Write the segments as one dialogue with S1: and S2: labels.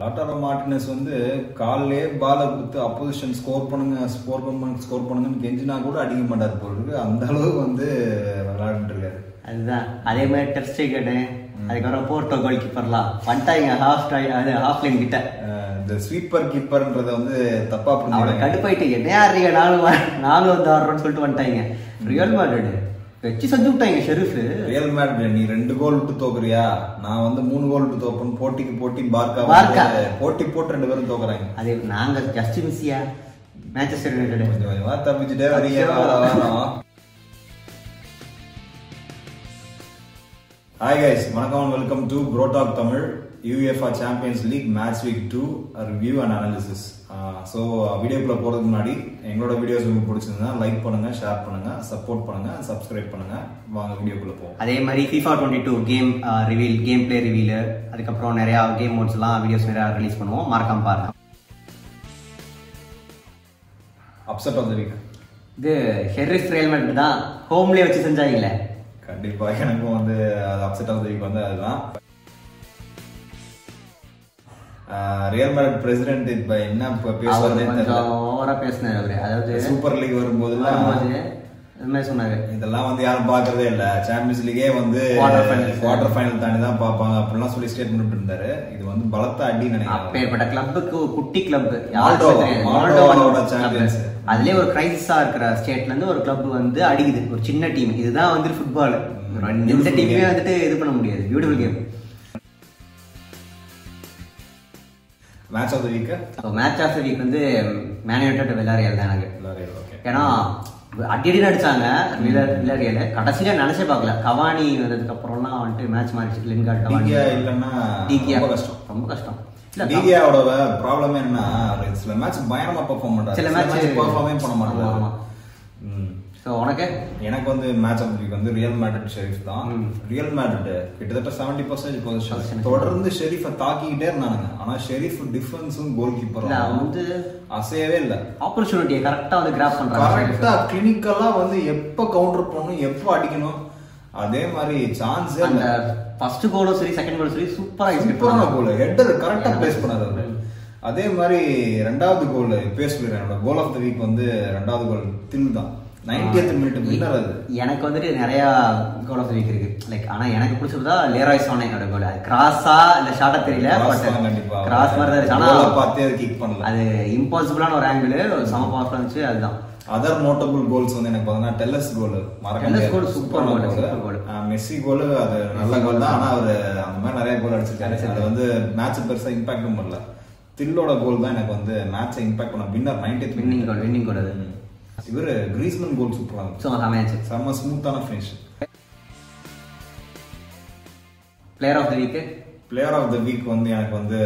S1: லாட்டாரோ Martinez வந்து கால்லே பாலை கொடுத்து அப்போசிஷன் ஸ்கோர் பண்ணுங்க ஸ்கோர் பண்ணுங்க ஸ்கோர் பண்ணுங்கன்னு கெஞ்சினா கூட அடிக்க மாட்டார் போல் இருக்கு அந்த அளவுக்கு வந்து விளையாண்டுட்டு இருக்காரு
S2: அதுதான் அதே மாதிரி டெஸ்ட் விக்கெட்டு அதுக்கப்புறம் போர்ட்டோ கோல் கீப்பர்லாம் வந்துட்டாங்க ஹாஃப் அது ஹாஃப் லைன் கிட்ட
S1: அஹ் இந்த ஸ்வீப்பர் கீப்பர்ன்றத வந்து தப்பா
S2: அவளை
S1: புரிஞ்சுக்கிறாங்க
S2: கடுப்பாயிட்டு என்னையா ஆடுறீங்க நாலு வா- நாலு வந்து ஆடுறோம்னு சொல்லிட்டு வந்துட்டாங்க ரியல் மார்டு வச்சு செஞ்சு விட்டாங்க ஷெரீஃப்
S1: ரியல் மேட்ரிட் நீ ரெண்டு கோல் விட்டு தோக்குறியா நான் வந்து மூணு கோல் விட்டு தோப்பேன் போட்டிக்கு போட்டி பார்க்கா
S2: பார்க்கா.
S1: வந்து போட்டி போட்டு ரெண்டு பேரும் தோக்குறாங்க
S2: அது நாங்க ஜஸ்ட் மிஸ்ஸியா மேன்செஸ்டர் யுனைடெட்
S1: கொஞ்சம் கொஞ்சமா தப்பிச்சுட்டே வரீங்க வாடா, வாடா. ஹாய் கைஸ் வணக்கம் welcome to Protalk Tamil UEFA Champions League match week two review and analysis so வீடியோக்குள்ள போகிறதுக்கு முன்னாடி எங்களோட வீடியோஸ் உங்களுக்கு பிடிச்சிருந்தா லைக் பண்ணுங்க ஷேர் பண்ணுங்க சப்போர்ட் பண்ணுங்க சப்ஸ்கிரைப் பண்ணுங்க வாங்க வீடியோக்குள்ள போவோம்
S2: அதே மாதிரி FIFA 22 two game reveal gameplay reveal அதுக்கப்புறம் நிறையா கேம் மோட்ஸ்லாம் வீடியோஸ் நிறையா ரிலீஸ் பண்ணுவோம் மறக்காம பாருங்க
S1: அப்செட் ஆஃப் த வீக்
S2: இது ஷெரீஃப் ரியல் மேட் தான் ஹோம்லேயே வச்சு செஞ்சாங்கல்ல
S1: கண்டிப்பா எனக்கும் வந்து அப்செட் ஆஃப் த வீக் வந்து அதுதான் ரியல் மேட் பிரசிடென்ட் இப்ப என்ன இப்ப
S2: அவர்
S1: பேசுறதே தெரியல
S2: கொஞ்சம் ஓவரா பேசினார் அவரு அதாவது
S1: சூப்பர் லீக் வரும்போதெல்லாம்
S2: வரும்போது அது மாதிரி சொன்னாரு
S1: இதெல்லாம் வந்து யாரும் பாக்குறதே இல்ல சாம்பியன்ஸ் லீகே வந்து
S2: Quarter finals.
S1: குவார்டர் ஃபைனல் தாண்டி தான் பார்ப்பாங்க அப்படிலாம் சொல்லி ஸ்டேட்மெண்ட் இருந்தாரு இது வந்து பலத்த அடி நினைக்கிறேன்
S2: அப்பேற்பட்ட கிளப்புக்கு ஒரு குட்டி கிளப்
S1: மால்டோவா. மால்டோவாவோட champions.
S2: அதுலயே ஒரு கிரைசிஸா இருக்கிற ஸ்டேட்ல இருந்து ஒரு கிளப் வந்து அடிக்குது ஒரு சின்ன டீம் இதுதான் வந்து ஃபுட்பால் எந்த
S1: Beautiful
S2: டீமே
S1: game.
S2: வந்துட்டு இது பண்ண முடியாது beautiful game
S1: match of the week
S2: match of the week வந்து மேன் யுனைடெட் விளாரியல் தான் எனக்கு
S1: எல்லாரும் ஓகே
S2: ஏன்னா அடிக்கடி அடிச்சாங்க வில்லாரியல கடைசியில நினைச்சே பார்க்கல கவானி வந்ததுக்கு அப்புறம்லாம் வந்துட்டு மேட்ச் மாறிச்சு லின்கார்ட் கவானி
S1: டிகியா இல்லைன்னா
S2: டிகியா
S1: ரொம்ப கஷ்டம்
S2: ரொம்ப கஷ்டம் இல்ல
S1: டிகியாவோட ப்ராப்ளம் என்னன்னா ஒரு சில மேட்ச் பயங்கரமா பெர்ஃபார்ம் பண்றாரு
S2: சில match
S1: பெர்ஃபார்மே பண்ண
S2: ஆமா.
S1: மாட்டாங்க ம்
S2: ஸோ உனக்கு
S1: எனக்கு வந்து மேட்ச் ஆஃப் வீக் வந்து ரியல் மேட்ரிட் ஷெரீஃப் தான் ரியல் மேட்ரிட் கிட்டத்தட்ட செவன்டி பர்சன்டேஜ் பொசிஷன் தொடர்ந்து ஷெரீஃபை தாக்கிக்கிட்டே இருந்தானுங்க ஆனா ஷெரீஃப் டிஃபென்ஸும் கோல்
S2: இல்ல
S1: கீப்பரும்
S2: அவன் வந்து
S1: அசையவே இல்லை
S2: ஆப்பர்ச்சுனிட்டியை கரெக்டா வந்து கிராப் பண்றாங்க
S1: கரெக்டா கிளினிக்கலா வந்து எப்ப கவுண்டர் பண்ணணும் எப்ப அடிக்கணும் அதே மாதிரி சான்ஸே
S2: அந்த ஃபர்ஸ்ட் கோலும் சரி செகண்ட் கோலும் சரி சூப்பரா எக்ஸிக்யூட்
S1: சூப்பரான கோல் ஹெட்டர் கரெக்டா பிளேஸ் பண்ணாரு அவரு அதே மாதிரி ரெண்டாவது கோல் பேஸ் என்னோட கோல் ஆஃப் த வீக் வந்து ரெண்டாவது கோல் தில் தான் நைன்டிஎத் மினிட் வின்னர் அது
S2: எனக்கு வந்துட்டு நிறைய கோல் ஆஃப் வீக் இருக்கு லைக் ஆனா எனக்கு பிடிச்சதுதான் லேராய் சோனையோட கோல் அது கிராஸா இல்ல ஷார்ட்டா தெரியல
S1: Cross
S2: பட்
S1: தான் கண்டிப்பா
S2: கிராஸ் மாதிரி தான் இருந்துச்சு ஆனா
S1: Goal அ பார்த்தே கிக் பண்ணல
S2: அது இம்பாசிபிளான ஒரு ஆங்கிள் செம பவர்ஃபுல்லா இருந்துச்சு அதுதான்
S1: அதர் நோட்டபிள் கோல்ஸ் வந்து எனக்கு பார்த்தீங்கன்னா டெல்லஸ் கோல் மறக்க
S2: டெல்லஸ்
S1: முடியாது
S2: goal super
S1: Superb
S2: goal,
S1: goal.
S2: super goal.
S1: ஆ, மெஸ்ஸி கோல் அது நல்ல கோல் தான் ஆனா அவர் அந்த மாதிரி நிறைய கோல் அடிச்சிருக்காரு அது வந்து மேட்ச் பெருசா இம்பாக்டும் பண்ணல தில்லோட கோல் தான் எனக்கு வந்து மேட்சை இம்பாக்ட் பண்ண winner ninetieth minute
S2: winning goal winning goal அது
S1: இவர் கிரீஸ்மன் கோல் சூப்பராக இருந்துச்சு
S2: ஸோ அமையாச்சு
S1: செம்ம ஸ்மூத்தான finish
S2: player of the week
S1: player of the week வந்து எனக்கு வந்து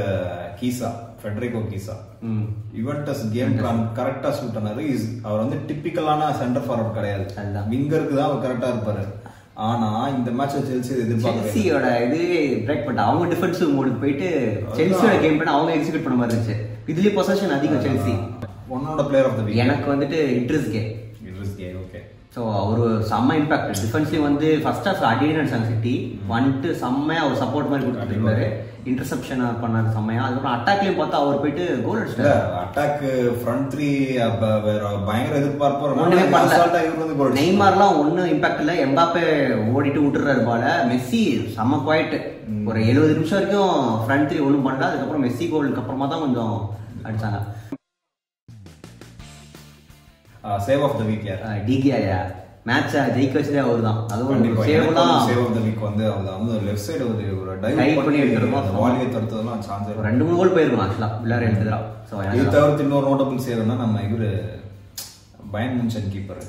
S1: Chiesa Federico Chiesa Juventus game plan கரெக்டா சூட் பண்ணாரு Is- அவர் வந்து டிப்பிக்கலான சென்டர் ஃபார்வர்ட் கிடையாது
S2: அதுதான்.
S1: விங்கருக்கு தான் அவர் கரெக்டா இருப்பாரு ஆனா இந்த மேட்ச்ல செல்சி எதிர்பார்க்கவே இல்லை.
S2: செல்சியோட இதுவே பிரேக் பண்ண அவங்க டிஃபென்சிவ் மோடுக்கு போயிட்டு செல்சியோட கேம் பண்ண அவங்க எக்ஸிக்யூட் பண்ண மாதிரி இருந்துச்சு இதுலயே பொசஷன் அதிகம் செல்சி
S1: உன்னோட பிளேயர் ஆஃப் த வீக்
S2: எனக்கு வந்துட்டு இன்ட்ரெஸ்ட் கேம்
S1: இட்ரிஸ் கே ஓகே
S2: ஸோ ஒரு செம்ம இம்பாக்ட் டிஃபென்சிவ் வந்து ஃபர்ஸ்ட் ஆஃப் அடியன் அடிச்சாங்க சிட்டி வந்துட்டு செம்மையா ஒரு சப்போர்ட் மாதிரி கொடுத்துருந்தாரு இன்டர்செப்ஷன் பண்ணாரு செம்மையா அதுக்கப்புறம் அட்டாக்லயும் பார்த்தா அவர் போயிட்டு கோல்
S1: இல்ல
S2: அடிச்சிட்டாரு
S1: அட்டாக் ஃப்ரண்ட் த்ரீ பயங்கர
S2: ஒண்ணுமே
S1: எதிர்பார்ப்பு
S2: பண்ணல.
S1: அசால்ட்டா இவர் வந்து கோல்
S2: நெய்மார்லாம் ஒன்றும் இம்பாக்ட் இல்லை எம்பாப்பே ஓடிட்டு விட்டுறாரு பால மெஸ்ஸி செம்ம குவாய்ட் ஒரு எழுபது நிமிஷம் வரைக்கும் ஃப்ரண்ட் த்ரீ ஒன்றும் பண்ணல அதுக்கப்புறம் மெஸ்ஸி கோலுக்கு அப்புறமா தான் கொஞ்சம் அடிச்சாங்க
S1: சேவ் ஆஃப் த வீக் யார்
S2: டிகேயா மேட்சை ஜெயிக்க வச்சதே அவர் தான் அதுவும்
S1: கண்டிப்பா
S2: சேவ் தான்
S1: சேவ் ஆஃப் த வீக் வந்து அவர் வந்து லெஃப்ட் சைடு ஒரு ஒரு
S2: Dive
S1: டைவ்
S2: பண்ணி
S1: பண்ணி
S2: எடுத்துருமா?
S1: அந்த வாலியை தடுத்ததெல்லாம் சான்ஸ்
S2: ஒரு ரெண்டு மூணு கோல் போயிருக்கணும் ஆக்சுவலாக விளையாட எடுத்துதான் ஸோ
S1: இது தவிர்த்து இன்னொரு நோட்டபிள் சேவ்னா நம்ம இவரு பயன் மின்சன் கீப்பர்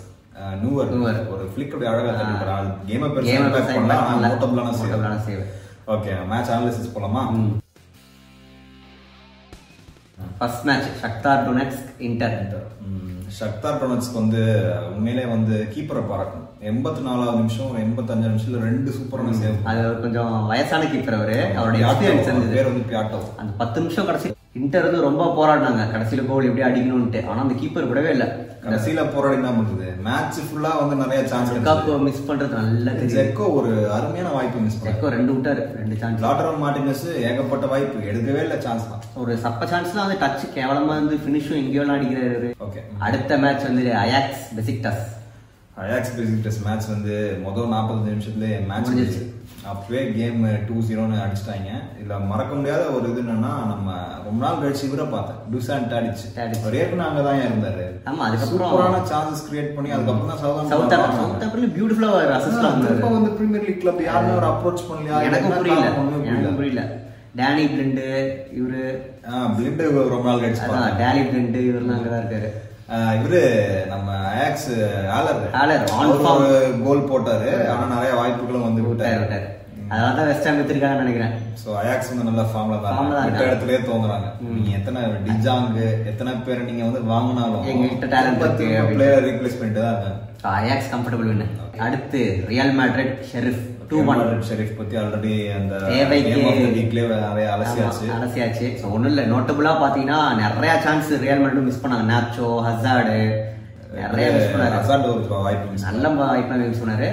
S1: நூவர்
S2: நூவர்.
S1: ஒரு ஃபிளிக் அப்படி அழகா தட்டிருப்பாரு ஆள் கேமை பெருசா
S2: கேம்
S1: impact பண்ணல ஆனா நோட்டபிளான சேவ்
S2: நோட்டபிளான சேவ்
S1: ஓகே மேட்ச் அனாலிசிஸ் போலாமா
S2: first match Shakhtar Donetsk Inter
S1: hmm, Shakhtar டொனட்ஸ்க்கு வந்து உண்மையிலே வந்து கீப்பரை பாராட்டணும் எண்பத்தி நாலாவது நிமிஷம் எண்பத்தஞ்சு நிமிஷத்துல ரெண்டு சூப்பரான சேவ்
S2: அது கொஞ்சம் வயசான கீப்பர் அவரு அவருடைய எக்ஸ்பீரியன்ஸ் இருந்தது
S1: பேர் வந்து பியாட்டோ
S2: அந்த பத்து நிமிஷம் கடைசி இன்டர் வந்து ரொம்ப போராடினாங்க கடைசியில கோல் எப்படி அடிக்கணும்ட்டு ஆனா அந்த கீப்பர் விடவே இல்லை
S1: கடைசியில போராடி என்ன பண்றது மேட்ச் ஃபுல்லா வந்து நிறைய சான்ஸ்
S2: லுக்காக்கோ மிஸ் பண்றது நல்லா தெரியும்
S1: ஜெக்கோ ஒரு அருமையான வாய்ப்பு மிஸ் பண்ணாரு
S2: ஜெக்கோ ரெண்டு விட்டாரு ரெண்டு சான்ஸ்
S1: லாட்டரல் மார்டினஸ் ஏகப்பட்ட வாய்ப்பு எடுக்கவே இல்லை சான்ஸ் தான்
S2: ஒரு சப்ப சான்ஸ் தான் வந்து டச் கேவலமா இருந்து ஃபினிஷும் எங்கேயோ அடிக்கிறாரு இவரு.
S1: ஓகே
S2: அடுத்த மேட்ச் வந்து Ajax Besiktas
S1: Ajax Besiktas match வந்து மொதல் நாற்பத்தஞ்சு நிமிஷத்துல மேட்ச் முடிஞ்சிச்சு அப்பவே கேம் டூ ஜீரோன்னு அடிச்சிட்டாங்க இதுல மறக்க முடியாத ஒரு இது என்னன்னா நம்ம ரொம்ப நாள் கழிச்சு இவரை பார்த்தேன் டூசான் அடிச்சு
S2: அடிச்சு.
S1: ஒரே நாங்க தான் இருந்தாரு
S2: ஆமா, அதுக்கப்புறம்
S1: சூப்பரான சான்சஸ் கிரியேட் பண்ணி அதுக்கப்புறம் தான்
S2: சவுத்
S1: சவுத்
S2: சவுத் ஆப்பிரிக்கா பியூட்டிஃபுல்லா ஒரு அசிஸ்ட்
S1: திருப்ப
S2: வந்தாரு
S1: வந்து பிரீமியர் லீக் கிளப் யாருமே ஒரு அப்ரோச் பண்ணலையா
S2: எனக்கும்
S1: என்ன
S2: புரியல
S1: காரணம் ஒண்ணுமே புரியல
S2: எனக்கும் புரியல டேனி பிளண்டு இவரு
S1: ஆ, பிளிண்டர் ரொம்ப நாள் கழிச்சு பார்த்தேன்.
S2: அதான் டேனி பிளண்டு இவரு அங்கதான் இருக்காரு
S1: ஆ, இவரு நம்ம அயாக்ஸ் ஆலர்
S2: ஆலர், on
S1: அவரு
S2: form.
S1: ஒரு கோல் போட்டாரு ஆனா நிறைய வாய்ப்புகளும் வந்து
S2: விட்டாரு
S1: விட்டாரு
S2: விட்டாரு அதனால தான் வெஸ்ட் ஹாம் எடுத்திருக்காங்கன்னு நினைக்கிறேன்
S1: சோ அயாக்ஸ் வந்து நல்ல ஃபார்ம்ல தான்
S2: Formல தான்
S1: விட்ட
S2: இருக்காங்க.
S1: இடத்துலயே தோங்குறாங்க நீங்க எத்தனை டிஜாங் எத்தனை பேர் நீங்க வந்து வாங்கினாலும்
S2: எங்ககிட்ட talent இருக்கு அப்படின்னு.
S1: பிளேயர் ரீப்ளேஸ் பண்ணிட்டு தான் இருக்காங்க
S2: அயாக்ஸ் கம்ஃபர்டபுள் வின்னு அடுத்து Real Madrid Sheriff two
S1: Real
S2: one
S1: Madrid Sheriff பத்தி ஆல்ரெடி அந்த
S2: தேவைக்கு-
S1: கேம் ஆஃப் தி வீக்லயே நிறைய அலசியாச்சு
S2: அலசியாச்சு ஸோ ஒன்றும் இல்லை நோட்டபுளாக பார்த்தீங்கன்னா நிறைய சான்ஸ் ரியல் மேட்ரிட் மிஸ் பண்ணாங்க நாச்சோ ஹசார்டு நிறைய மிஸ் பண்ணாரு
S1: அசால்ட் ஒரு வாய்ப்பு miss
S2: நல்ல வாய்ப்பாக மிஸ் பண்ணாரு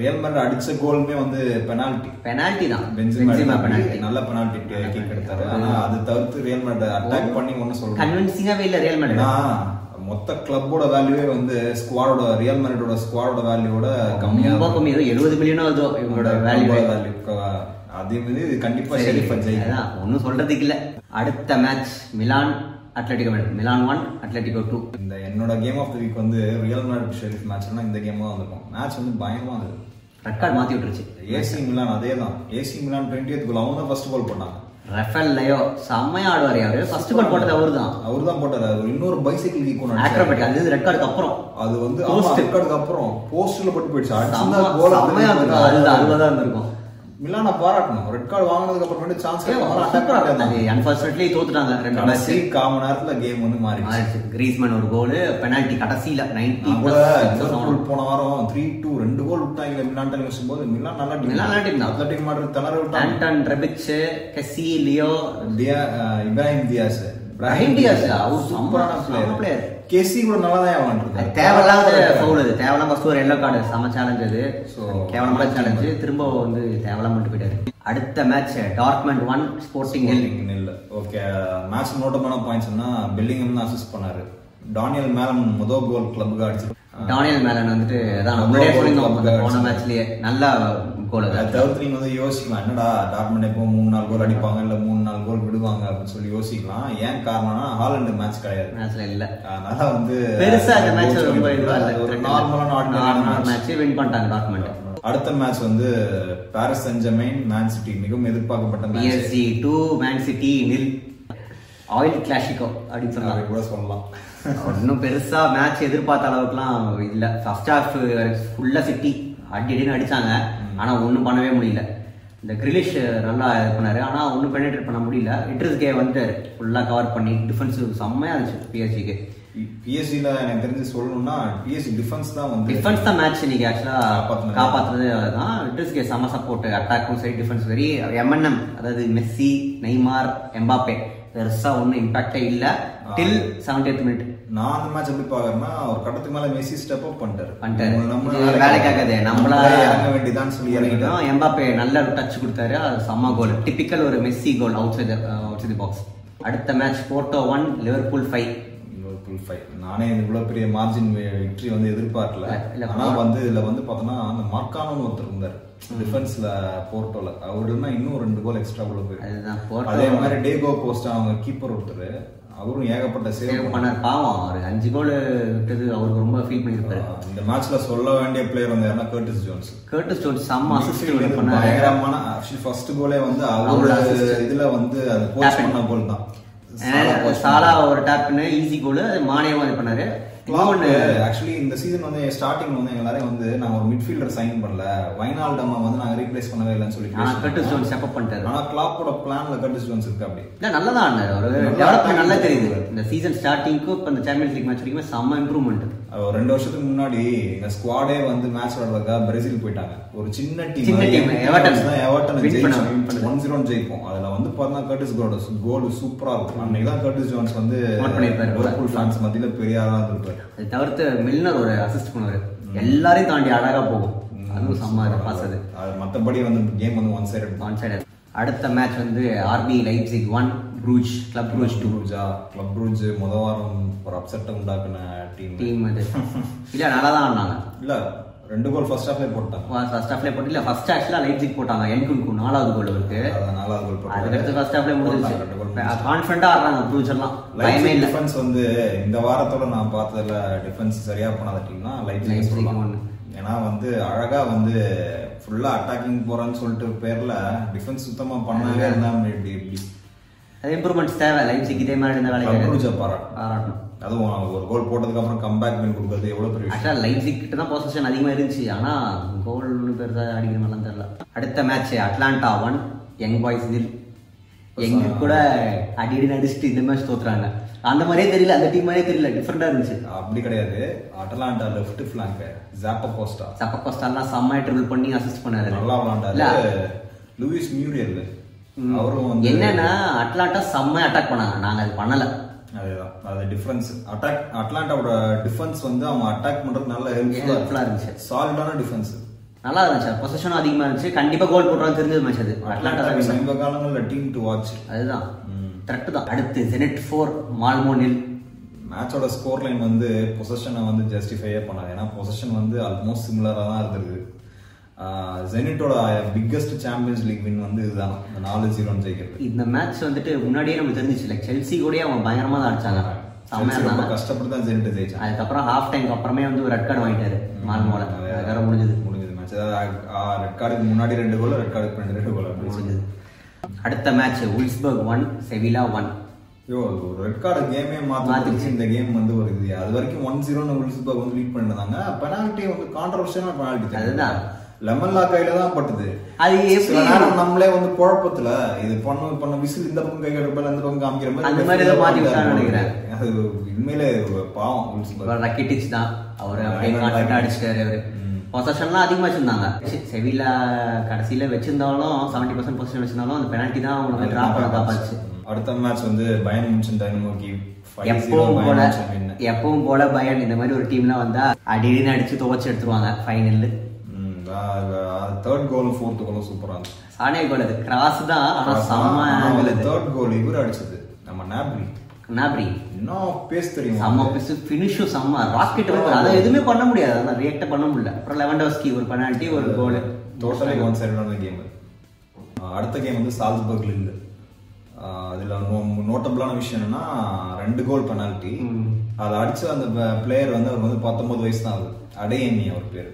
S1: ரியல் மேட் அடிச்ச கோலுமே வந்து பெனால்டி
S2: பெனால்ட்டி தான் பென்சிமா
S1: பென்சிமா
S2: பெனால்டி
S1: நல்ல பெனால்டி கிக் எடுத்தாரு ஆனா அது தவிர்த்து ரியல் மேட் அட்டாக் பண்ணி ஒண்ணு சொல்றேன்
S2: கன்வின்சிங்காகவே இல்லை ரியல் மேட்ரிட்
S1: ஏன்னா மொத்த கிளப்போட வேல்யூவே வந்து ஸ்குவாடோட ரியல் மேட்டோட ஸ்குவாடோட வேல்யூவோட கம்மியா
S2: ரொம்ப கம்மி ஏதோ எழுபது மில்லியனோ ஏதோ இவங்களோட வேல்யூ
S1: அதே மாதிரி இது கண்டிப்பா
S2: சரி
S1: ஷெரீஃப் ஜெயிக்கும்
S2: அதான் ஒன்றும் சொல்றதுக்கு இல்லை அடுத்த match Milan Atletico Mad Milan one Atletico two
S1: இந்த என்னோட கேம் ஆஃப் தி வீக் வந்து ரியல் மேட் ஷெரீஃப் மேட்ச்னா இந்த கேம் தான் வந்திருக்கும் மேட்ச் வந்து பயமா இருந்தது
S2: ரெட் கார்டு மாற்றி விட்டுருச்சு
S1: ஏசி மிலான் அதே தான் ஏசி மிலான் டுவெண்ட்டி கோல் அவங்க தான் ஃபர்ஸ்ட் கோல் போட்டாங்க
S2: ரெஃபல் லயோ செம்மையா ஆடுவார் யாரு ஃபர்ஸ்ட் கோல் போட்டது அவர் தான்
S1: அவர் தான் போட்டாரு அவர் இன்னொரு பைசைக்கிள் கீக் ஒன்று
S2: ஆக்ரோபேட் அது ரெட் கார்டுக்கு அப்புறம்
S1: அது வந்து
S2: Post.
S1: ரெக்கார்டுக்கு அப்புறம் போஸ்ட்ல பட்டு போயிடுச்சு அடிச்சிருந்தா
S2: செம்ம-
S1: goal
S2: செம்மையா
S1: அடிச்சிருந்தா
S2: இருக்கும் அது அறுபதா இருந்திருக்கும்
S1: மிலான பாராட்டணும் ரெட் கார்டு வாங்குனதுக்கு அப்புறம் சான்ஸ்
S2: அது அன்பார்ச்சுனேட்லி தோத்துட்டாங்க ரெண்டு மேட்ச்
S1: கடைசி காமன் நேரத்துல கேம் வந்து மாறிடுச்சு
S2: மாறிடுச்சு கிரீஸ்மேன் ஒரு கோல் பெனால்டி கடைசியில நைன்டி
S1: நான் கூட லிவர்பூல் போன வாரம் த்ரீ டூ ரெண்டு கோல் விட்டாங்க மிலான் டைம் போது மிலான் நல்லா டீம்
S2: மிலான் நல்ல team தான்.
S1: அத்லட்டிக் மாடல் திணற விட்டாங்க
S2: ஆண்டன் ரெபிச் கெசி லியோ
S1: தியா ah, Ibrahim Diaz
S2: Ibrahim Diaz, அவர்
S1: சூப்பரான
S2: செம்ம
S1: பிளேயர்
S2: player.
S1: கேசி கூட நல்லா தான் விளையாண்டுருக்காரு
S2: அது தேவையில்லாத ஃபவுல் அது தேவையில்லாம ஃபர்ஸ்ட் ஒரு எல்லோ கார்டு செம சேலஞ்ச் அது
S1: So,
S2: கேவலமான சேலஞ்சு திரும்ப வந்து தேவையில்லாம மட்டும் போயிட்டாரு அடுத்த மேட்ச் டார்க்மெண்ட் ஒன் ஸ்போர்ட்டிங் ஹில்
S1: இல்ல ஓகே மேட்ச் நோட்டமான பாயிண்ட்ஸ்னா பெல்லிங்கம் தான் அசிஸ்ட் பண்ணாரு டானியல் மேலன் முதல் கோல் கிளப்புக்கு அடிச்சிருக்காரு
S2: டானியல் மேலன் வந்துட்டு அதான் நம்ம முன்னாடியே சொல்லியிருந்தோம் அந்த போன மேட்ச்லயே நல்ல கோல் அது
S1: அதை தவிர்த்து நீங்க வந்து யோசிக்கலாம் என்னடா டாட்மெண்ட் எப்போ மூணு நாலு கோல் அடிப்பாங்க இல்ல மூணு நாலு கோல் விடுவாங்க அப்படின்னு சொல்லி யோசிக்கலாம் ஏன் காரணம்னா ஹாலண்ட் மேட்ச் கிடையாது
S2: மேட்ச்ல இல்ல
S1: அதனால வந்து
S2: பெருசா அந்த மேட்ச் ரொம்ப இதுவா இல்ல
S1: ஒரு நார்மலான
S2: மேட்ச் வின் பண்ணிட்டாங்க டார்க்மெண்ட்
S1: அடுத்த மேட்ச் வந்து பாரிஸ் செஞ்சமைன் மேன் சிட்டி மிகவும் எதிர்பார்க்கப்பட்ட match
S2: PSG two Man City nil oil clasico அப்படின்னு சொன்னாங்க
S1: அதை கூட சொல்லலாம்
S2: ஒன்றும் பெருசா மேட்ச் எதிர்பார்த்த அளவுக்குலாம் இல்ல ஃபர்ஸ்ட் ஹாஃப் ஃபுல்லா சிட்டி அடி அடின்னு அடிச்சாங்க ஆனா ஒண்ணும் பண்ணவே முடியல இந்த கிரிலிஷ் நல்லா இது பண்ணாரு ஆனா ஒண்ணும் பெனிட்ரேட் பண்ண முடியல இட்ரிஸ்கே வந்துட்டாரு ஃபுல்லா கவர் பண்ணி டிஃபென்ஸ் செம்மையா இருந்துச்சு பிஎஸ்சிக்கு
S1: பிஎஸ்சியில எனக்கு தெரிஞ்சு சொல்லணும்னா பிஎஸ்சி டிஃபென்ஸ் தான் வந்து
S2: டிஃபென்ஸ் தான் மேட்ச் இன்னைக்கு ஆக்சுவலா
S1: காப்பாத்துனது.
S2: காப்பாத்துறது தான் இட்ரிஸ்கே செம சப்போர்ட் அட்டாக்கும் சரி டிஃபென்ஸ் சரி எம்என்எம் அதாவது மெஸ்ஸி நெய்மார் எம்பாப்பே பெருசா ஒன்றும் இம்பாக்டே இல்ல டில் செவன்டி மினிட்
S1: நான் அந்த மேட்ச் எப்படி பாக்குறேன்னா ஒரு கடத்துக்கு மேல மெஸ்ஸி ஸ்டெப் அப் பண்ணிட்டாரு
S2: பண்ணிட்டாரு.
S1: நம்ம- நம்ம
S2: இது வேலைக்காகாது. நம்மளா-
S1: நம்மளே இறங்க வேண்டியதான் சொல்லி இறங்கிட்டாரு
S2: இறங்கிட்டோம் எம்பாப்பே நல்ல டச் கொடுத்தாரு அது செம்ம கோல் டிபிக்கல் ஒரு Messi goal outside outside box அடுத்த match Porto one Liverpool five
S1: Liverpool five நானே இவ்வளவு பெரிய மார்ஜின் விக்டரி வந்து எதிர்பார்க்கல
S2: இல்ல,
S1: ஆனா வந்து இதுல வந்து பார்த்தோன்னா அந்த மார்க்கானு ஒருத்தர் இருந்தார் டிஃபென்ஸ்ல போர்ட்டோல அவருன்னா இன்னும் ரெண்டு கோல் எக்ஸ்ட்ரா உள்ள போயிருக்கு
S2: அதுதான் போர்ட்டோ
S1: அதே மாதிரி டேகோ போஸ்ட் அவங்க கீப்பர் ஒருத்தர் அவரும் ஏகப்பட்ட சேவ்
S2: சேவ் பண்ணார் பாவம் ஒரு அஞ்சு கோல் விட்டது அவருக்கு ரொம்ப ஃபீல் பண்ணியிருப்பாரு
S1: இந்த மேட்ச்ல சொல்ல வேண்டிய பிளேயர் வந்து யாருன்னா கர்டிஸ் ஜோன்ஸ்
S2: கேர்ட்டு ஸ்டோன்ஸ் செம்ம அசிஸ்ட் பண்ணாரு
S1: பயங்கரமான ஆக்சுவலி ஃபர்ஸ்ட் கோலே வந்து அவரோட இதுல வந்து அது போஸ்ட் பண்ண கோல் தான்
S2: சாலா ஒரு டேப் பண்ண ஈஸி கோல் அது மானியமா இது பண்ணாரு
S1: ஆக்சுவலி இந்த சீசன் வந்து ஸ்டார்டிங் வந்து எல்லாரையும் வந்து நாங்க ஒரு மிட்ஃபீல்டர் சைன் பண்ணல வைனால் டம்மா வந்து நாங்க ரீப்ளேஸ் பண்ணவே இல்லைன்னு சொல்லி
S2: ஆனா
S1: பேசினாங்க.
S2: கேர்ட்டு ஸ்டோன்ஸ் செப்பப் பண்ணிட்டாரு
S1: ஆனா கிளாப்போட பிளான்ல கர்டிஸ் ஜோன்ஸ் இருக்கு அப்படி
S2: இல்ல நல்லதா ஆடினாரு ஒரு டெவலப்மெண்ட் நல்லா தெரியுது இந்த சீசன் ஸ்டார்டிங்க்கும் இப்போ இந்த சாம்பியன்ஸ் லீக் மேட்ச் வரைக்குமே செம்ம இம்ப்ரூவ்மெண்ட்
S1: ஒரு ரெண்டு வருஷத்துக்கு முன்னாடி எங்க ஸ்குவாடே வந்து மேட்ச் விளையாடுறதுக்காக பிரேசில் போயிட்டாங்க ஒரு சின்ன டீம்
S2: சின்ன team, Everton. Win பண்ணாங்க, win
S1: எவர்டன் ஒன் ஜீரோ ஜெயிப்போம் அதுல வந்து பார்த்தீங்கன்னா கர்டிஸ் கோட கோல் சூப்பரா இருக்கும் அன்னைக்கு தான் கர்டிஸ் ஜோன்ஸ் வந்து
S2: Score பண்ணிருப்பாரு.
S1: லிவர்பூல் ஃபேன்ஸ் மத்தியில பெரிய ஆளா இருந்திருப்பாரு
S2: அது தவிர்த்து மில்னர் ஒரு அசிஸ்ட் பண்ணுவாரு எல்லாரையும் தாண்டி அழகா போகும் அதுவும் சம்மா பாஸ் அது
S1: அது மத்தபடி வந்து கேம் வந்து ஒன் சைடு
S2: ஒன் சைடு அடுத்த மேட்ச் வந்து RB Leipzig one Brugge club Brugge two
S1: ரூஜா கிளப் ரூஜ் முத வாரம் ஒரு அப்செட்டை உண்டாக்குன டீம்
S2: டீம் அது இல்ல நல்லா தான் ஆடினாங்க
S1: இல்ல ரெண்டு கோல் ஃபர்ஸ்ட் ஹாஃப்ல போட்டாங்க
S2: ஃபர்ஸ்ட் ஹாஃப்ல போட்டு இல்ல ஃபர்ஸ்ட் ஆக்சுவலா லைப்சிக் போட்டாங்க என்குன்கு நாலாவது கோல் இருக்கு
S1: அது நாலாவது கோல் போட்டாங்க
S2: அதுக்கடுத்து ஃபர்ஸ்ட் ஹாஃப்ல
S1: ரெண்டு கோல்
S2: முடிஞ்சிச்சு கான்ஃபிடண்டா ஆடுறாங்க ப்ரூஜ் எல்லாம் பயமே இல்ல
S1: டிஃபென்ஸ் வந்து இந்த வாரத்தோட நான் பார்த்ததுல டிஃபென்ஸ் சரியா பண்ணாத டீம்னா லைப்சிக்
S2: Leipzig
S1: சொல்லலாம்
S2: ஒண்ணு.
S1: ஏன்னா வந்து அழகா வந்து ஃபுல்லா அட்டாக்கிங் போறேன்னு சொல்லிட்டு பேர்ல டிஃபென்ஸ் சுத்தமா பண்ணவே இருந்தாம இப்படி இப்படி
S2: அது இம்ப்ரூவ்மெண்ட்ஸ் தேவை லைப்சிக் இதே மாதிரி இருந்த வேலை
S1: கிளப் ரூஜா பாராட்டு
S2: பாராட்டணும்
S1: அதுவும் ஒரு கோல் போட்டதுக்கு அப்புறம் கம்பேக் பண்ணி கொடுக்கறது எவ்வளவு பெரிய விஷயம்
S2: ஆக்சுவலாக லைப்ஸிக் கிட்ட தான் பொசிஷன் அதிகமாக இருந்துச்சு ஆனால் கோல் ஒன்றும் பெருசாக அடிக்கிற மாதிரிலாம் தெரியல அடுத்த match Atalanta one Young Boys இதில் எங்க கூட அடிக்கடி நடிச்சுட்டு இந்த மேட்ச் தோத்துறாங்க அந்த மாதிரியே தெரியல அந்த டீம் மாதிரியே தெரியல டிஃப்ரெண்டாக இருந்துச்சு
S1: அப்படி கிடையாது அட்டலாண்டா லெஃப்ட் ஃபிளாங்க ஜாப்பா கோஸ்டா
S2: சப்ப கோஸ்டாலாம் செம்மையாக ட்ரிபிள் பண்ணி அசிஸ்ட் பண்ணாரு
S1: நல்லா விளாண்டாரு லூயிஸ் மியூரியல் அவரும் வந்து
S2: என்னன்னா அட்லாண்டா செம்மையாக அட்டாக் பண்ணாங்க நாங்கள் அது பண்ணலை
S1: அதுதான் அது டிஃபரன்ஸ் அட்டாக் அட்லாண்டாவோட டிஃபென்ஸ் வந்து அவங்க அட்டாக் பண்றது நல்ல ஹெல்ப்ஃபுல்லா
S2: ஹெல்ப்ஃபுல்லாக இருந்துச்சு
S1: சாலிடான டிஃபென்ஸ்
S2: நல்லா இருந்துச்சு பொசிஷனும் அதிகமாக இருந்துச்சு கண்டிப்பாக கோல் போடுறான்னு தெரிஞ்சது மேட்ச் அது அட்லாண்டா தான்
S1: அட்லாண்டா சமீப காலங்களில் டீம் டு வாட்ச்
S2: அதுதான் த்ரெட்டு தான் அடுத்து ஜெனட் ஃபோர் மால்மோனில்
S1: மேட்சோட ஸ்கோர் லைன் வந்து பொசஷனை வந்து ஜஸ்டிஃபையே பண்ணாது ஏன்னா பொசஷன் வந்து ஆல்மோஸ்ட் சிமிலராக தான் இருந்திருக்கு ஜெனிட்டோட பிக்கஸ்ட் சாம்பியன்ஸ் லீக் வின் வந்து இதுதான் இந்த நாலு ஜீரோன்னு ஜெயிக்கிறது
S2: இந்த மேட்ச் வந்துட்டு முன்னாடியே நமக்கு தெரிஞ்சிச்சு லைக் செல்சி கூட அவன் பயங்கரமா தான் அடிச்சாங்க செம்மையா
S1: Chelsea ரொம்ப
S2: இருந்தாங்க
S1: கஷ்டப்பட்டு தான் ஜெனிட்டு ஜெயிச்சான்
S2: அதுக்கப்புறம் ஹாஃப் டைம்க்கு அப்புறமே வந்து ஒரு ரெட் கார்டு வாங்கிட்டாரு மால்மோல அதுக்காக முடிஞ்சது
S1: முடிஞ்சது மேட்ச் அதாவது ரெட் கார்டுக்கு முன்னாடி ரெண்டு கோல் ரெட் கார்டுக்கு பின்னாடி ரெண்டு கோல் அப்படி
S2: முடிஞ்சது அடுத்த match Wolfsburg one Sevilla one
S1: ஐயோ அது ஒரு ரெட் கார்டு கேமே மாத்திருச்சு
S2: மாத்திருச்சு.
S1: இந்த கேம் வந்து ஒரு இது அது வரைக்கும் ஒன் ஜீரோன்னு உல்ஸ்பர்க் வந்து லீட் பண்ணிருந்தாங்க பெனால்ட்டி வந்து கான்ட்ரவர்ஷியலான பெனால்ட்டி
S2: அதுதான்.
S1: லெமன்லா கையில தான் பட்டுது
S2: அது
S1: சில
S2: எப்படி
S1: நேரம் நம்மளே வந்து குழப்பத்துல இது பண்ண பண்ண விசில் இந்த பக்கம் கை கடுப்பால இந்த பக்கம் காமிக்கிற மாதிரி
S2: அந்த மாதிரி ஏதோ மாத்தி விட்டான்னு நினைக்கிறேன்.
S1: அது உண்மையிலே ஒரு பாவம் உல்ஸ்பர்க்
S2: ரக்கிட்டிச் தான் அவரு அப்படியே கான்ஃபிடண்டா அடிச்சிட்டாரு அவரு பொசஷன்லாம் அதிகமா வச்சிருந்தாங்க செவிலா கடைசியில வச்சிருந்தாலும் செவன்டி பர்சன்ட் பொசிஷன் வச்சிருந்தாலும் அந்த பெனால்ட்டி தான் அவங்களுக்கு டிராப் பண்ண காப்பாச்சு
S1: அடுத்த மேட்ச் வந்து பயன் முடிச்சு டைனமோக்கு
S2: எப்பவும் போல எப்பவும் போல பயன் இந்த மாதிரி ஒரு டீம்லாம் வந்தா அடின்னு அடிச்சு துவச்சு எடுத்துருவாங்க ஃபைனல்ல
S1: தேர்ட் கோலும் ஃபோர்த் கோலும் சூப்பரா இருந்துச்சு
S2: சானே கோல் அது கிராஸ் தான் ஆனா செம்ம ஆங்கிள் அது
S1: தேர்ட் கோல் இவர் அடிச்சது நம்ம நாப்ரி
S2: நாப்ரி
S1: இன்னும் பேச தெரியுமா
S2: செம்ம பிசு ஃபினிஷும் செம்ம ராக்கெட் வந்து அதை எதுவுமே பண்ண முடியாது அதான் ரியாக்ட் பண்ண முடியல அப்புறம் லெவன்டோஸ்கி ஒரு பெனால்ட்டி ஒரு கோல்
S1: டோட்டலி ஒன் சைடான கேம் அடுத்த கேம் வந்து சால்ஸ்பர்க்ல இருந்து அதில் நோட்டபிளான விஷயம் என்னன்னா ரெண்டு கோல் பெனால்ட்டி அதை அடிச்ச அந்த பிளேயர் வந்து அவர் வந்து பத்தொன்பது வயசு தான் ஆகுது அடையமி அவர் பேர்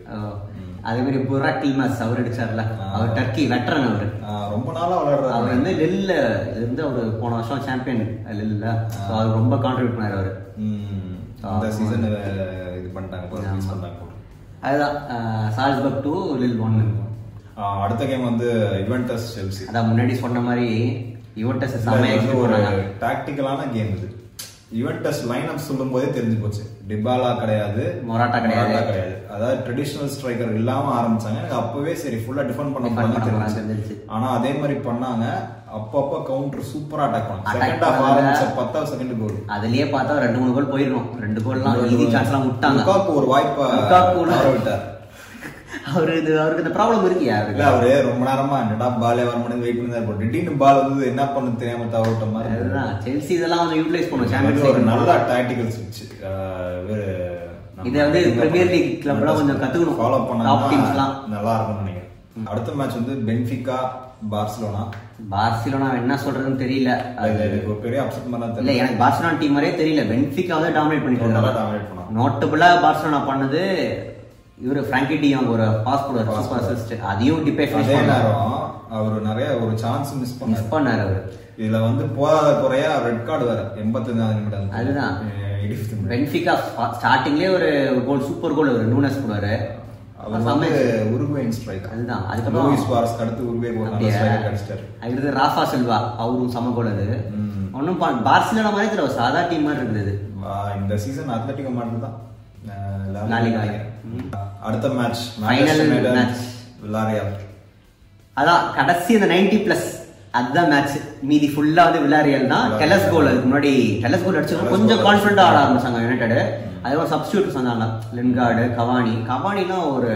S2: அதே மாதிரி புரா டீமாஸ் அவர் அடிச்சார்ல அவர் டர்க்கி வெட்டரன் அவரு
S1: ஆஹ் ரொம்ப நாளா விளையாடுறாரு
S2: அவர் வந்து லெல்ல இருந்து அவரு போன வருஷம் சாம்பியன் லெல்ல ஸோ அவர் ரொம்ப கான்ட்ரிபியூட் பண்ணாரு அவரு
S1: ம், இந்த சீசன் இது பண்ணிட்டாங்க போல, release பண்ணிட்டாங்க போல.
S2: அதுதான் சால்ஸ்பர்க் டூ லில் ஒன்னு
S1: ஆஹ் அடுத்த கேம் வந்து இவெண்டஸ் செல்சி
S2: அதான் முன்னாடி சொன்ன மாதிரி யுவன்டஸ் செம்மையா
S1: இது
S2: execute
S1: ஒரு
S2: பண்ணாங்க.
S1: டாக்டிக்கலான கேம் இது யுவெண்டஸ் லைன் அப் சொல்லும் போதே தெரிஞ்சு போச்சு டிபாலா கிடையாது
S2: மொராட்டா கிடையாது
S1: மொராட்டா கிடையாது அதாவது ட்ரெடிஷனல் ஸ்ட்ரைக்கர் இல்லாம ஆரம்பிச்சாங்க எனக்கு அப்பவே சரி ஃபுல்லா டிஃபெண்ட் பண்ண
S2: Defend
S1: போறாங்க
S2: பண்ண போறாங்க
S1: தெரிஞ்சு
S2: தெரிஞ்சுச்சு.
S1: ஆனா அதே மாதிரி பண்ணாங்க அப்பப்ப கவுண்டர் சூப்பரா அட்டாக் பண்ணாங்க
S2: Attack
S1: செகண்ட் ஹாஃப்
S2: பண்ணாங்க.
S1: ஆரம்பிச்ச பத்தாவது செகண்ட் கோல்
S2: அதுலயே பார்த்தா ரெண்டு மூணு கோல் போயிருக்கும் ரெண்டு கோல்லாம் ஈஸி சான்ஸ்லாம் விட்டாங்க
S1: லுக்காக்கு ஒரு வாய்ப்பை
S2: லுக்காக்குல-
S1: தவற விட்டார்
S2: அவரு இது அவருக்கு இந்த ப்ராப்ளம் இருக்கு
S1: இல்ல
S2: யாருக்கு
S1: அவரு ரொம்ப நேரமா என்னடா பாலே வர முடியாது வெயிட் பண்ணி இருப்போம் திடீர்னு பால் வந்து என்ன பண்ண தெரியாம தவறிட்ட மாதிரி இருந்தது.
S2: அதுதான் செல்சி இதெல்லாம் கொஞ்சம் யூட்டிலைஸ் பண்ணும்
S1: இது ஒரு
S2: சாம்பியன்ஸ்
S1: நல்ல டாக்டிக்கல் ஸ்விட்ச் இவரு நம்ம
S2: இதை வந்து Premier League club எல்லாம் கொஞ்சம் கத்துக்கணும்.
S1: ஃபாலோ
S2: Top teams எல்லாம்.
S1: நல்லா இருக்கும்னு நினைக்கிறேன் அடுத்த மேட்ச் வந்து பென்ஃபிகா பார்சலோனா
S2: பார்சிலோனா என்ன சொல்றதுன்னு தெரியல அது-
S1: அது எனக்கு ஒரு பெரிய அப்செட் மாதிரி தான்
S2: இல்ல
S1: தெரியல
S2: எனக்கு பார்சிலோனா டீம் மாதிரியே தெரியல பென்ஃபிகா வந்து டாமினேட் பண்ணிட்டு
S1: நல்லா
S2: இருக்காங்க
S1: டாமினேட் பண்ணான்
S2: நோட்டபுளா பார்சலோனா பண்ணது இவரு ஃப்ராங்கி டி அவங்க ஒரு பாஸ் போடுவார் சூப்பர் அசிஸ்ட் அதையும் டிபே
S1: அதே
S2: ஃபினிஷ் பண்ணாரு
S1: நேரம் அவர் நிறைய ஒரு சான்ஸ் மிஸ் பண்ணாரு
S2: மிஸ் பண்ணாரு அவரு
S1: இதுல வந்து போதாத குறையா ரெட் கார்டு வேற எண்பத்தஞ்சாவது நிமிடம்
S2: அதுதான்.
S1: எடிஃபிஃப்த் மினிட்
S2: பென்ஃபிகா ஸ்டார்டிங்லேயே ஒரு கோல் சூப்பர் கோல் ஒரு நூனஸ் போடுவாரு
S1: அவர் வந்து உருகுவேன் ஸ்ட்ரைக்கர்
S2: அதுதான் அதுக்கப்புறம்
S1: லூயிஸ் சுவாரஸ்க்கு அடுத்து உருவே போறாங்க
S2: அப்படியா?
S1: ஸ்ட்ரைக்கர் அடிச்சிட்டாரு
S2: அடுத்தது ராஃபா செல்வா அவரும் சம கோல் அது ஒன்றும் பார்சலோனா மாதிரி தெரியல ஒரு சாதா டீம் மாதிரி இருந்தது
S1: வா, இந்த சீசன் அத்லட்டிகோ மாட்டு தான் அஹ், லா
S2: லா
S1: லிகா.
S2: லிகா. ம்.
S1: அடுத்த மேட்ச்
S2: Final match.
S1: விளாரியால்
S2: அதான் கடைசி அந்த 90 பிளஸ் அதுதான் மேட்ச் மீதி ஃபுல்லா வந்து விளாரியல் தான்
S1: Villarreal.
S2: டெலஸ் கோல் அதுக்கு முன்னாடி டெலஸ் கோல் அடிச்சு
S1: Telles
S2: கொஞ்சம்
S1: goal.
S2: கான்ஃபிடண்டா ஆட ஆரம்பிச்சாங்க யுனைடெட் அதுக்கப்புறம் சப்ஸ்டியூட் சொன்னாங்க லின்கார்டு கவானி கவானினா ஒரு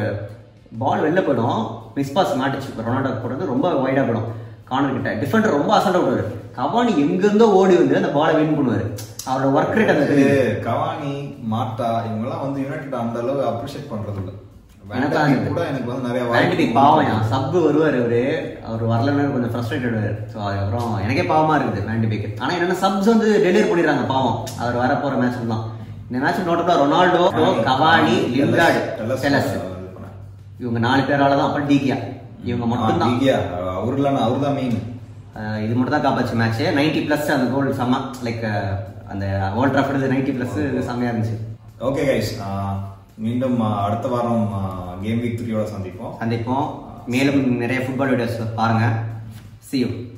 S2: பால் வெளில போயிடும் மிஸ் பாஸ் மாட்டுச்சு ரொனால்டோ போடுறது ரொம்ப வைடா போயிடும் கார்னர் கிட்ட டிஃபெண்டர் ரொம்ப அசண்டா விடுவாரு கவானி எங்க இருந்தோ ஓடி வந்து அந்த பாலை வின் பண்ணுவாரு அவரோட ஒர்க் ரேட் அந்த
S1: இது கவானி மாட்டா இவங்கெல்லாம் வந்து யுனைடெட் அந்த அளவு அப்ரிஷியேட் பண்றது இல்ல
S2: எனக்கு
S1: வேண்டாம்
S2: அந்த-
S1: கூட எனக்கு வந்து நிறைய
S2: வேண்டிட்டு பாவம் சப்பு வருவார் அவரு அவர் வரலன்னு கொஞ்சம் ஃப்ரஸ்ட்ரேட்டட் ஆவார் ஸோ அதுக்கப்புறம் எனக்கே பாவமா இருக்குது வேண்டி பேக்கு ஆனா என்னன்னா சப்ஸ் வந்து டெலிவர் பண்ணிடுறாங்க பாவம் அவர் வர போற மேட்ச் தான் இந்த match நோட்டபுளா Ronaldo Cavani Lingard Telles இவங்க நாலு பேரால தான் அப்புறம் டிகியா இவங்க மட்டும்தான்
S1: அவரு இல்ல அவரு தான் மெயின்
S2: அஹ் இது மட்டும் தான் காப்பாச்சு மேட்ச் 90 பிளஸ் அந்த கோல் செம்ம லைக் அந்த ஓல்ட் ட்ராஃபர்டு 90 பிளஸ் செம்மையா இருந்துச்சு
S1: ஓகே கைஸ் Uh, மீண்டும் அஹ், அடுத்த வாரம் கேம் வீக் த்ரீயோட சந்திப்போம்
S2: சந்திப்போம் மேலும் நிறைய ஃபுட்பால் வீடியோஸ் பாருங்க see you